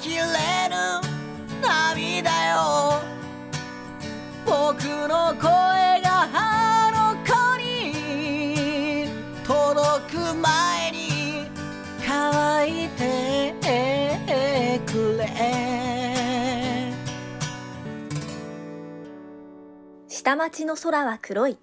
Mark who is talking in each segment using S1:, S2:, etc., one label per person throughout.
S1: きれぬ涙よ僕の声があの子に届く前に乾いてくれ
S2: 下町の空は黒い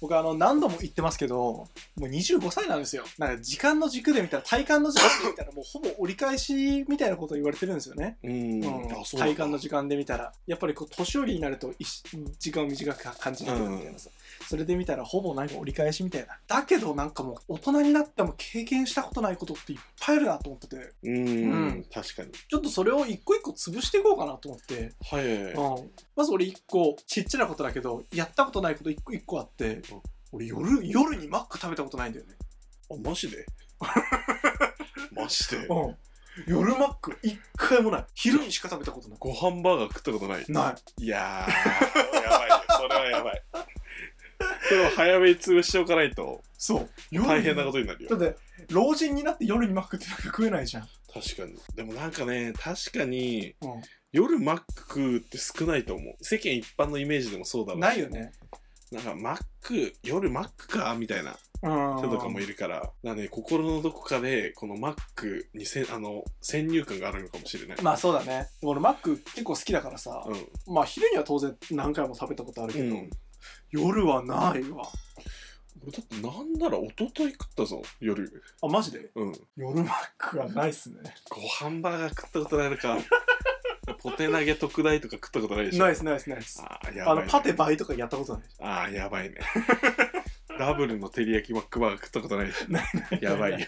S3: 僕あの何度も言ってますけどもう25歳なんですよなんか時間の軸で見たら体感の軸で見たらもうほぼ折り返しみたいなことを言われてるんですよね、
S4: うん
S3: うん
S4: あそう
S3: 体感の
S4: 時
S3: 時間で見たらやっぱりこう年寄りになると一し時間を短く感じてくるみたいなさ、それで見たらほぼなんか折り返しみたいなだけどなんかもう大人になっても経験したことないことっていっぱいあるなと思ってて
S4: うん、
S3: うん
S4: 確かに
S3: ちょっとそれを一個一個潰していこうかなと思って、
S4: はいはいはい
S3: うん、まず俺一個ちっちゃなことだけどやったことないこと一個一個あって、俺夜夜にマック食べたことないんだよね
S4: あマジ でマジで
S3: うん。夜マック一回もない。昼にしか食べたことない。
S4: ご飯バーガー食ったことない
S3: ない
S4: やーやばいねそれはやばいそれを早めに潰しておかないと
S3: そう。夜。
S4: 大変なこととになるよ
S3: だって、老人になって夜にマックってなんか食えないじゃん。
S4: 確かにでもなんかね確かに
S3: う
S4: 夜マック食うって少ないと思う世間一般のイメージでもそうだろうし
S3: ないよね。
S4: なんかマック夜マックかみたいな
S3: うん
S4: 人とかもいるからなんかね心のどこかでこのマックにせあの先入観があるのかもしれない、
S3: まあそうだね。俺マック結構好きだからさ、
S4: うん
S3: まあ昼には当然何回も食べたことあるけど、
S4: うん
S3: 夜はないわ。
S4: 俺だってなんなら一昨日食ったぞ夜
S3: あ、マジで
S4: うん
S3: 夜マックはないっすね。
S4: ご飯バーガー食ったことないのか ポテ投げ特大とか食ったことないでしょ
S3: ナイスナイスナイス。
S4: あーやば
S3: あ
S4: いね、
S3: の、パテ倍とかやったことない。
S4: あーやばいね ダブルの照り焼きマックバーガー食ったことないでしょ
S3: ない
S4: やばいよ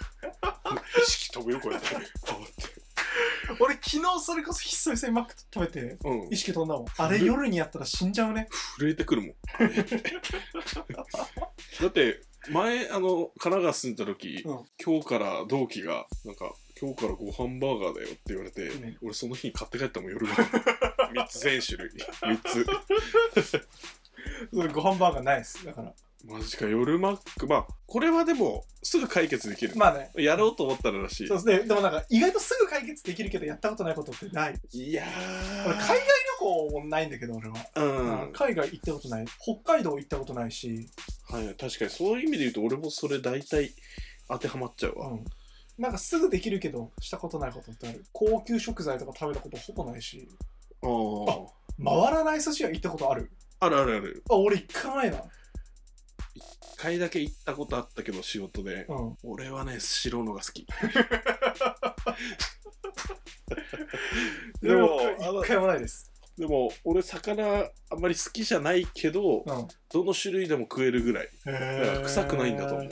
S4: 意識飛ぶよこれあ待って
S3: 俺昨日それこそ久々にマック食べて、
S4: うん
S3: 意識飛んだもん。 あれ夜にやったら死んじゃう ね。
S4: 震えてくるもんだって前あの神奈川住んでた時、
S3: うん
S4: 今日から同期がなんか今日からご飯バーガーだよって言われて、
S3: うん
S4: 俺その日に買って帰ったもん夜ご飯 3つ全種類3つ
S3: それご飯バーガーないっす。だから。
S4: マジか夜マックまあこれはでもすぐ解決できる、
S3: まあね。
S4: やろうと思ったららしい
S3: そうですね。でもなんか、意外とすぐ解決できるけど、やったことないことってない。
S4: いや
S3: 俺、海外旅行もないんだけど、俺は。
S4: ーうん、
S3: 海外行ったことない。北海道行ったことないし、
S4: はい、確かにそういう意味で言うと俺もそれ大体当てはまっちゃう
S3: う
S4: わ、
S3: ん。なんかすぐできるけど、したことないことってある。高級食材とか食べたことほぼないし、
S4: ああ
S3: 回らない寿司屋行ったことある。
S4: あるあるある
S3: あ、俺一回もないな。
S4: 一回だけ行ったことあったけど仕事で、
S3: うん。
S4: 俺はね白のが好きでもあの
S3: 一回もないです。
S4: でも俺魚あんまり好きじゃないけど
S3: うん。
S4: どの種類でも食えるぐらいだから臭くないんだと思う。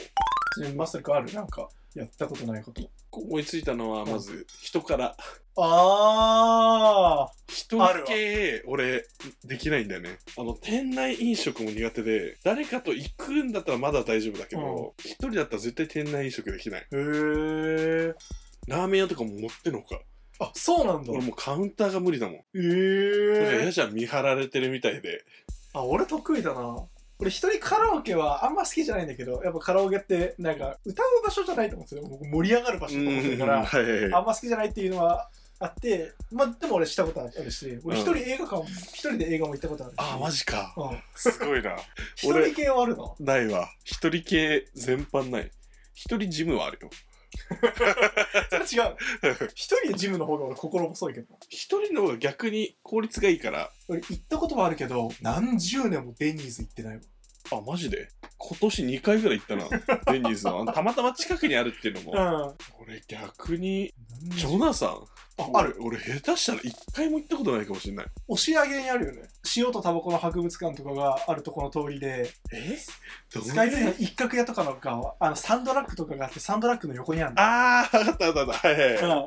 S3: マスタ君あるなんか、やったことないこと。
S4: 思いついたのはまず人から
S3: あ
S4: 人だけ俺できないんだよねあの店内飲食も苦手で誰かと行くんだったらまだ大丈夫だけど一、人だったら絶対店内飲食できない
S3: ー。へえ。
S4: ラーメン屋とかも持ってんのか
S3: あ、そうなんだ。
S4: 俺もうカウンターが無理だもん
S3: え
S4: なんか
S3: ー
S4: やじゃん見張られてるみたいで
S3: あ俺得意だな俺一人カラオケはあんま好きじゃないんだけどやっぱカラオケってなんか歌う場所じゃないと思うんですよ僕盛り上がる場所と思ってるから
S4: はいはいはい
S3: あんま好きじゃないっていうのはあってまあでも俺したことあるし俺一人
S4: うん
S3: 映画館も一人で映画も行ったことあるし
S4: あマジか
S3: うん
S4: すごいな
S3: 一
S4: 俺
S3: 人系はある の
S4: ないわ一人系全般ない一人ジムはあるよ
S3: それ違う一人でジムの方が俺心細いけど
S4: 一人の方が逆に効率がいいから
S3: 俺行ったことはあるけど何十年もデニーズ行ってないわ
S4: あマジで今年2回ぐらい行ったなデニーズのあのたまたま近くにあるっていうのも、
S3: うん
S4: 俺逆に
S3: 何
S4: ジ
S3: 十
S4: ョナサン
S3: あある
S4: 俺俺下手したら1回も行ったことないかもしれない
S3: 押上にあるよね塩とタバコの博物館とかがあるとこの通りで
S4: えどん
S3: ス
S4: ぐ
S3: カ
S4: ら
S3: イツリーの
S4: い
S3: 一角屋とかのかあのサンドラックとかがあってサンドラックの横にあるの
S4: あああったあったあったはいはいはい、
S3: うん
S4: あ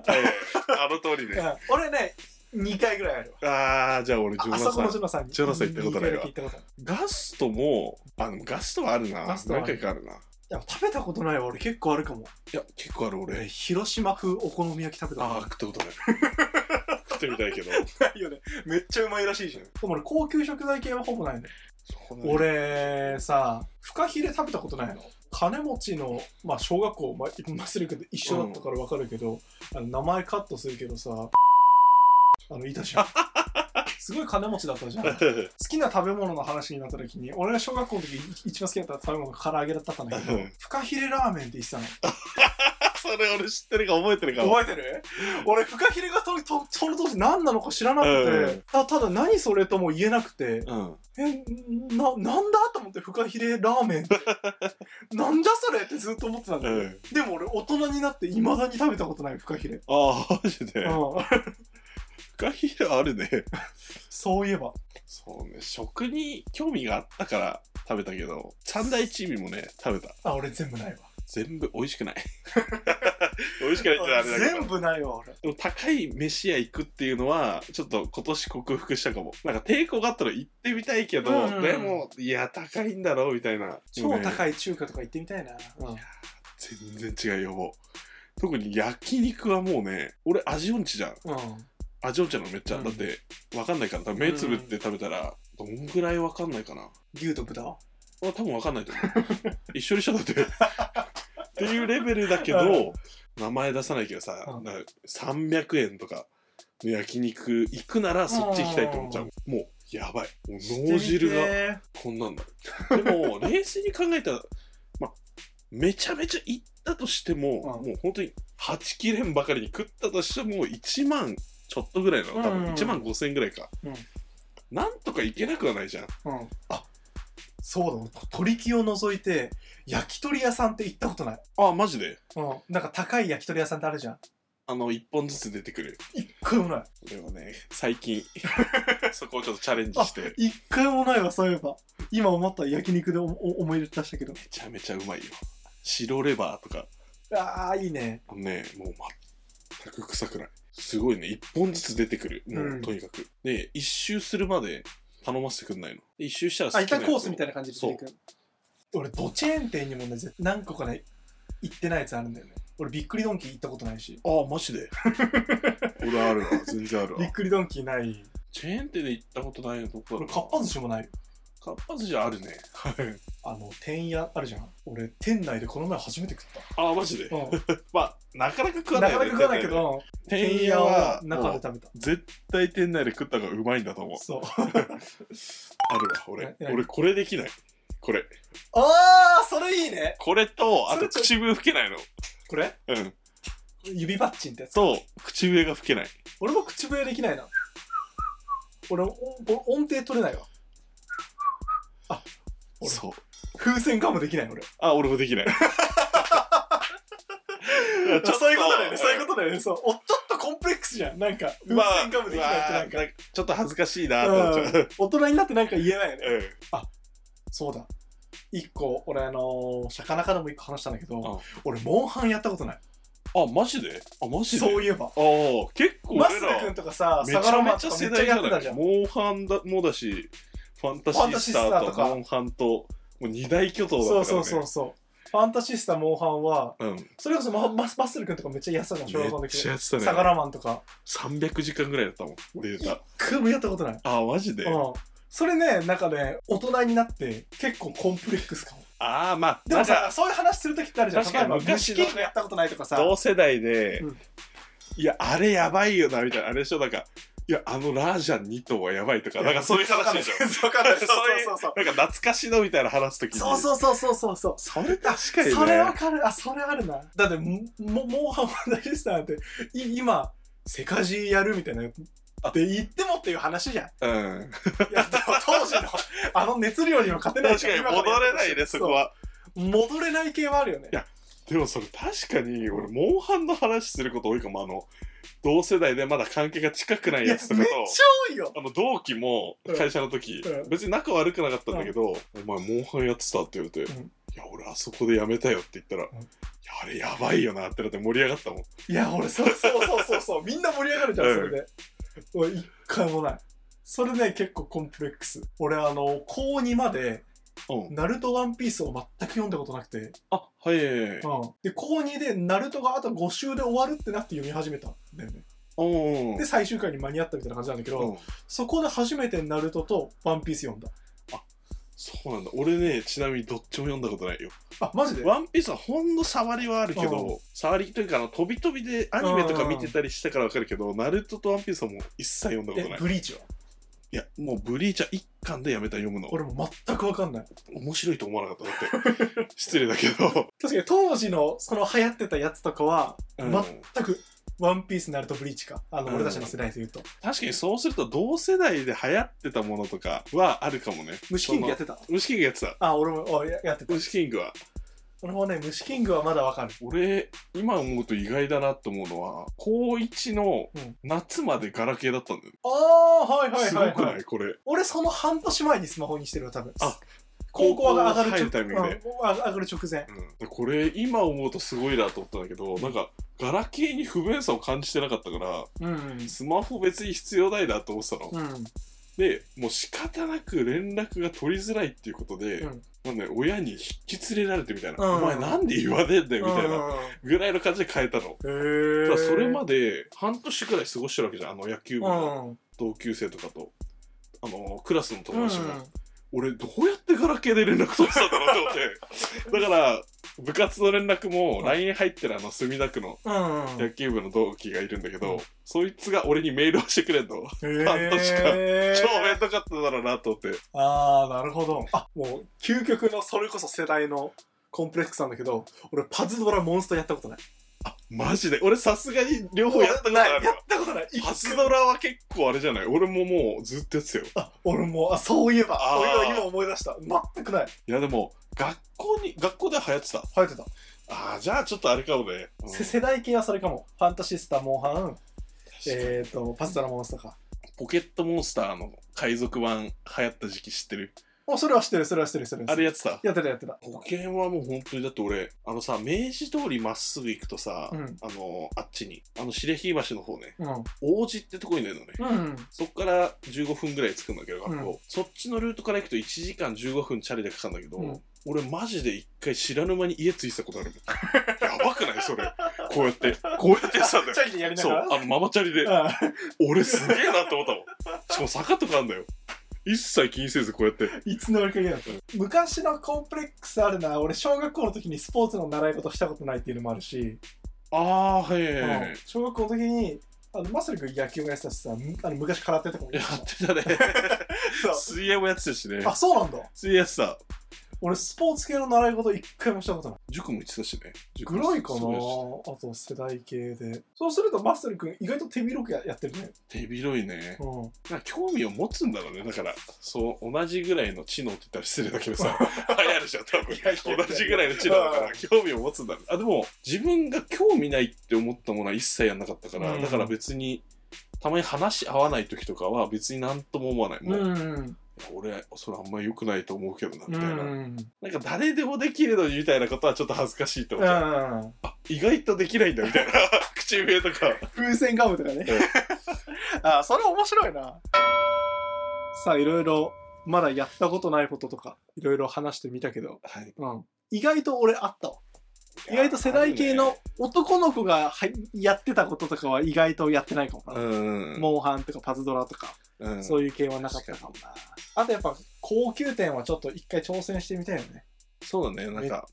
S4: の通りね
S3: うん俺ね2回ぐらいあるわ
S4: ああじゃあ俺ジョ
S3: ああ
S4: ナ
S3: そこの
S4: サン
S3: ジョナさんに
S4: ジョナサン行ったことないわ
S3: 2回だけ行ったことある
S4: ガストもあでもガストはあるな
S3: ガストはあ
S4: 何
S3: る
S4: 回かあるない
S3: でも食べたことないわ俺結構あるかも
S4: や結構ある俺
S3: 俺広島風お好み焼き食べた
S4: ああ
S3: こ
S4: 食ったこと ない食ってみたいけど
S3: とないよねめっちゃうまいらしいじゃんでも俺高級食材系はほぼないね、俺さフカヒレ食べたことないの金持ちの、まあ、小学校、まあ、忘れるけど一緒だったから分かるけど、あの名前カットするけどさあのいたじゃ んすごい金持ちだったじゃん好 きな食べ物の話になった時に俺が小学校の時い一番好きだった食べ物が唐揚げだったんだけ
S4: う
S3: ど
S4: ん
S3: フカヒレラーメンって言ってたの
S4: それ俺知ってるか覚えてるかも。
S3: 覚えてる俺フカヒレがそのとその当時何なのか知らなくて、
S4: うん
S3: たただ何それとも言えなくて、
S4: うん。
S3: えななんだと思ってフカヒレラー メンってなんじゃそれってずっと思ってたんだよ、
S4: うん。
S3: でも俺大人になっていまだに食べたことないフカヒレ、
S4: ああ、マジで
S3: う。ん、
S4: フカヒレあるね。
S3: そういえば
S4: そうね、食に興味があったから食べたけど、三大一味もね、食べた。
S3: あ俺全部ないわ
S4: 全部美味しくない。 美味しくないってのはあれだけど
S3: 全。部ないわ俺
S4: でも高い飯屋行くっていうのは、ちょっと今年克服したかも。なんか抵抗があったら行ってみたいけど、
S3: うん
S4: でも、いや、高いんだろうみたいな。
S3: 超
S4: もうね
S3: 高い中華とか行ってみたいな、うん
S4: 全然違うよ、もう。特に焼肉はもうね、俺味音痴じゃん。味音痴なのめっちゃ。
S3: うん
S4: だって、わかんないから、多分目つぶって食べたら、どんぐらいわかんないかな。
S3: 牛と豚は
S4: あ多分わかんないと思う一緒にしちゃだってっていうレベルだけど名前出さないけどさ、
S3: うん
S4: なんか300円とかの焼肉行くならそっち行きたいと思っちゃう、もうやばいもう脳汁が
S3: が
S4: こんなんだでも冷静に考えたらまめちゃめちゃ行ったとしても、
S3: うん
S4: もう本当に8切れんばかりに食ったとしても1万ちょっとぐらいなの多
S3: うん
S4: 分1万5000ぐらいか、
S3: うん
S4: なんとか行けなくはないじゃん
S3: うんあそうだ鳥木を除いて焼き鳥屋さんって行ったことない、
S4: あマジで
S3: うん、なんか高い焼き鳥屋さんってあるじゃん
S4: あの1本ずつ出てくる
S3: 一回もない
S4: でもね、最 近、そこをちょっとチャレンジ
S3: あ
S4: して、め
S3: 一回もないわそういえば今思った焼肉でおお思い出したけど
S4: ちゃめちゃうまいよ。白レバーとか、
S3: ああいいね
S4: あのね、もう全く臭くない。すごいね、一本ずつ出てくる。もう、
S3: うん
S4: とにかく。で、一周するまで頼ませてくんないの。で一周したら
S3: あ一旦コースみたい
S4: な。
S3: な感じで
S4: そう
S3: 出てくる俺ドチェーン店にもね絶何個かね行ってないやつあるんだよね俺びっくりドンキー行ったことないし
S4: ああ、マ ジで。俺あるわ、全然ある
S3: びっ
S4: わ。
S3: くりドンキーない
S4: チェーン店で行ったことないのどこ
S3: 俺
S4: だろうな
S3: かっぱ寿司もないよ
S4: かっぱ寿司あるね。
S3: あの店屋あるじゃん俺店内でこの前初めて食っ
S4: ああ、マジで
S3: た、。うん、
S4: まあ、なかなか食わ
S3: な
S4: な
S3: かな
S4: い
S3: か
S4: よね、
S3: 食わないけど
S4: 店内で、
S3: 店
S4: 店
S3: 屋
S4: 屋
S3: は
S4: は
S3: 中
S4: も
S3: で
S4: う
S3: 食べた
S4: 絶対店内で食った方がうまいんだと思う。
S3: そう
S4: あるわ、俺
S3: え。何
S4: 俺、これできない。これ。
S3: ああそれいいね
S4: これと、あ
S3: それ
S4: と
S3: ちょ
S4: 口笛吹けないの。
S3: これ
S4: うん。
S3: 指バッチンってやつ
S4: と、口笛が吹けない。
S3: 俺も口笛できないな俺おお音程取れないわ俺
S4: そう。
S3: 風船ガムできない俺
S4: あ、俺もできない。 いやちょっ
S3: そういうことだよねそういうことだよねそうおちょっとコンプレックスじゃんなんか風
S4: まあ
S3: 船ガムできないってなんか、
S4: まあちょっと恥ずかしいなと思っちゃう。
S3: 大人になってなんか言えないよね
S4: うん。
S3: そうだ一個俺あのー、シャカナカでも一個話したんだけど、
S4: うん
S3: 俺モンハンやったことない
S4: あ、マジであ、マジで
S3: そういえば
S4: ああ、結構
S3: マ
S4: 俺
S3: スル君
S4: ら、
S3: とかさ
S4: め
S3: サ
S4: ち
S3: ガロ
S4: ゃ
S3: マ
S4: め
S3: ンと
S4: ちゃ
S3: かめ
S4: 世
S3: っちゃ
S4: 代じ
S3: や
S4: ゃ
S3: ってた
S4: な
S3: じゃ
S4: い。
S3: ん
S4: モンハンだもだし、ファンタシ
S3: フ
S4: ースタ
S3: ァンタシースター
S4: ー
S3: と
S4: と
S3: か
S4: モンハンと、もう二大巨頭だったから
S3: そう
S4: ね。
S3: そうそうそうファンタシスタモンハンは
S4: うん。
S3: それこそマママスル君とかめっちゃやってたじゃん小学校の
S4: めっ
S3: 時
S4: ちゃやってたね。
S3: サガラマンとか
S4: 300時間ぐらいだったもん、データ。
S3: クームやったことない
S4: あー、マジで、
S3: うん。それね、なんかね、大人になって結構コンプレックスかも。
S4: ああ、まあ、
S3: で
S4: な
S3: も
S4: んか
S3: さ、そういう話するときってあるじゃん。
S4: 確かに
S3: 例えば
S4: 昔
S3: 虫
S4: の
S3: キングやったことないとかさ。
S4: 同世代で、
S3: うん
S4: いや、あれやばいよな、みたいな、あれでしょ、なんか、いや、あのラージャン2頭はやばいとか、なんかそういう話でしょ。
S3: わかん ないそう
S4: そ
S3: そうそうそう。
S4: なんか懐かしのみたいな話すときに。
S3: そうそうそうそうそうそう。
S4: それ確かにね。
S3: それわかる。あ、それあるな。だって、も、もモンハンファンタジスタなんて、い今、世界中やるみたいな。って言ってもっていう話じゃん。い
S4: うん。
S3: や、でも当時の、 あの熱量には勝てない
S4: 確
S3: じゃん
S4: かに
S3: 今からやっ
S4: 戻
S3: て
S4: れ
S3: ほ
S4: な
S3: し
S4: いね、そこ。は。
S3: そう戻れない系はあるよね
S4: い。やでもそれ確かに、俺、モンハンの話すること多いかも、あの、同世代でまだ関係が近くない
S3: いや、
S4: や
S3: めっち
S4: つと
S3: ゃ
S4: かと。
S3: 多いよ。
S4: あの同期も
S3: うん
S4: 会社の時、
S3: うん
S4: 別に仲悪くなかったんだけど「お前モンハンやってた」って言われて「
S3: うん
S4: いや俺あそこでやめたよ」って言ったら「
S3: ん
S4: いやあれやばいよな」ってなって盛り上がったもん
S3: いや、俺、そうそうそうそうそう、みんな盛り上がるじゃん、
S4: うん
S3: それで。俺、一回もない。それね、結構コンプレックス。俺、あの、高2まで、
S4: うん
S3: ナルトワンピースを全く読んだことなくて、うん、
S4: あはいはいはいはい
S3: で、高2で、ナルトがあと5週で終わるってなって読み始めたんだよね。
S4: うん
S3: で、最終回に間に合ったみたいな感じなんだけど、
S4: うん
S3: そこで初めてナルトとワンピース読んだ。
S4: そうなんだ俺ねちなみにどっちも読んだことないよ
S3: あマジで
S4: ワンピースはほんの触りはあるけ
S3: う
S4: ど触りというかあの飛び飛びでアニメとか見てたりしたからわかるけどナルトとワンピースはもう一切読んだことな
S3: え
S4: い
S3: ブリーチはい
S4: やもうブリーチャー一巻でやめた読むの
S3: 俺も全く分かんない
S4: 面白いと思わなかっただって 失礼だけど、
S3: 確かに当時のその流行ってたやつとかは
S4: うん
S3: 全くワンピースナルトブリーチかあの
S4: うん
S3: 俺たちの世代で言うと
S4: 確かにそうすると同世代で流行ってたものとかはあるかもね
S3: 虫キングやってた
S4: その虫キングやってた
S3: あ俺もあややってた
S4: 虫キングは
S3: 俺もね虫キングはまだ分かる
S4: 俺今思うと意外だなと思うのは高1の
S3: うん
S4: 夏までガラケーだったんだよね、
S3: ああはい
S4: すごくないこれ
S3: 俺その半年前にスマホにしてるわ多分
S4: あ
S3: 高校が上がる
S4: 高校入
S3: 直
S4: るタイミングで
S3: うん上がる直前
S4: うん、これ今思うとすごいなと思ったんだけどなんかガラケーに不便さを感じてなかったから
S3: うん
S4: スマホ別に必要ないなと思ってたの、
S3: うん
S4: でもう仕方なく連絡が取りづらいっていうことで、
S3: うん
S4: まあね、親に引き連れられてみたいな、
S3: うん
S4: お前なんで言わねえんだよみたいな
S3: な
S4: ぐらいの感じで変えたの、
S3: へ
S4: ただそれま
S3: で
S4: で半年ぐらい過ごしてるわけじゃんあの野球部
S3: う
S4: の
S3: ん
S4: 同級生とかと、あのクラスの友達も、
S3: うん
S4: 俺どうやってガラケーで連絡取ってたんだろう と思ってだから部活の連絡も LINE 入ってるあの墨田区の
S3: うん
S4: 野球部の同期がいるんだけど、
S3: うん
S4: そいつが俺にメールをしてくれんの、半年間
S3: 間
S4: 超面倒かっただろうなと思って
S3: ああなるほどあもう究極のそれこそ世代のコンプレックスなんだけど俺パズドラモンストやったことない
S4: あマジで俺さすがに両方やったことあ
S3: ない
S4: る
S3: や
S4: わ
S3: ったことない一
S4: パズドラは結構あれじゃない俺ももうずっとやってたよ
S3: あ俺もあそういえば
S4: あー
S3: 俺今今思い出した全くない
S4: いやでも学校に学校では流行ってた
S3: 流行ってた、
S4: ああじゃあちょっとあれかもね、うん
S3: せ世代系はそれかもファンタシスタモンハン えっ、ー、とパズドラモンストか
S4: ポケットモンスターの海賊版流行った時期知ってる
S3: おそれは知ってるそれは知ってるそれは知
S4: あ
S3: ってる
S4: れやってた
S3: やってたやってた
S4: 保険はもう本当にだって俺あのさ明治通りまっすぐ行くとさ、
S3: うん
S4: あのあっちにあの白ひ橋の方ね
S3: うん
S4: 王子ってとこに出るのね
S3: うん
S4: そっから15分ぐらい着くんだけど学校、
S3: う
S4: そっちのルートから行くと1時間15分チャリでかかるんだけど、
S3: うん
S4: 俺マジで1回知らぬ間に家着いてたことあるもんやばくないそれこうやってこうやってやってたんだよ
S3: チャリでやりな
S4: そう
S3: がら
S4: あのママチャリで
S3: うん
S4: 俺すげえなって思ったもんしかも坂とかあんだよ一切気にせずこうやって
S3: いつの間にか嫌だった昔のコンプレックスあるな俺小学校の時にスポーツの習い事したことないっていうのもあるし、
S4: ああはいはいはいはい
S3: うん小学校の時にあのまさに野球もやってたしさむあの昔空手とかも
S4: や
S3: やってた
S4: って たね
S3: そう
S4: 水泳もやってたしね
S3: あそうなんだ
S4: 水泳やってた
S3: 俺スポーツ系の習い事一回もしたことない
S4: 塾も行ってたしね
S3: ぐらいかなあ
S4: そうやし
S3: と世代系でそうするとマスタル君意外と手広くややってるね
S4: 手広いね
S3: うん
S4: なんか興味を持つんだろうねだからそう同じぐらいの知能って言ったら失礼だけ どさ流行るじゃん多分
S3: やいや
S4: 同じぐらいの知能だか
S3: う
S4: ら興味を持つんだろうあでも自分が興味ないって思ったものは一切やんなかったから、
S3: うん
S4: だから別にたまに話し合わない時とかは別になんとも思わないもう、
S3: うん
S4: 俺それあんま良くないと思うけどなみ
S3: う
S4: たいな、
S3: ん
S4: なんか誰でもできるのにみたいなことはちょっと恥ずかしいと思っちゃう、
S3: うん
S4: あ意外とできないんだみた いな口笛とか
S3: 風船ガムとかね
S4: うん
S3: あそれ面白いなさあいろいろまだやったことないこととかいろいろ話してみたけど、
S4: はい
S3: うん、意外と俺あったわ意外と世代系の男の子がはやってたこととかは意外とやってないかもな、
S4: うん、
S3: モンハンとかパズドラとか、
S4: うん、
S3: そういう系はなかったかもなあとやっぱ高級店はちょっと一回挑戦してみたいよね
S4: そうだねなんか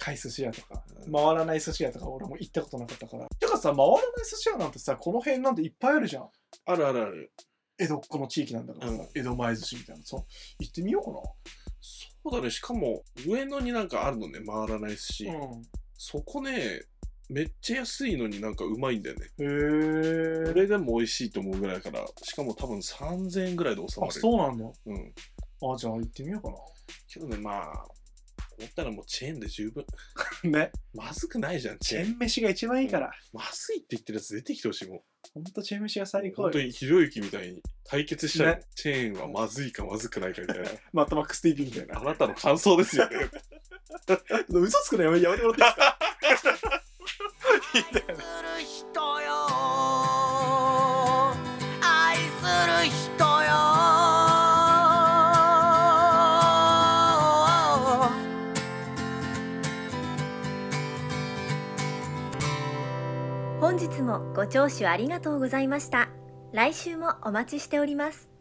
S3: 高い寿司屋とか、
S4: うん
S3: 回らない寿司屋とか俺も行ったことなかったからてかさ回らない寿司屋なんてさこの辺なんていっぱいあるじゃん
S4: あるあるある
S3: 江戸っ子の地域なんだからさ、
S4: うん
S3: 江戸前寿司みたいなそう行ってみよう
S4: そうだねしかも上野になんかあるのね回らないし、
S3: かな、
S4: そこねめっちゃ安いのになんかうまいんだよね
S3: うん、
S4: こ
S3: へえ
S4: れでも美味しいと思うぐらいだからしかも多分3000円ぐらいで収ま
S3: あ
S4: る
S3: そうなんだ
S4: うん
S3: あじゃあ行ってみよう
S4: けどねまあ思ったらもうチェーンで十分
S3: かなね
S4: まずくないじゃんチ
S3: チ
S4: ェ
S3: ェ
S4: ーン
S3: ーン飯が一番いいから、
S4: まずいって言ってるやつ出てきてほしいもん
S3: ほんとチェーン飯が最高
S4: 本当
S3: よ
S4: にひろゆきみたいに対決したら、
S3: ね
S4: チェーンはまずいかまずくないかみたいな
S3: マットマックス TV みたいな
S4: あなたの感想ですよね
S3: 嘘つくのやめやめてもらっていいですか
S1: 愛する人よ愛する人よ
S2: 本日もご聴取ありがとうございました来週もお待ちしております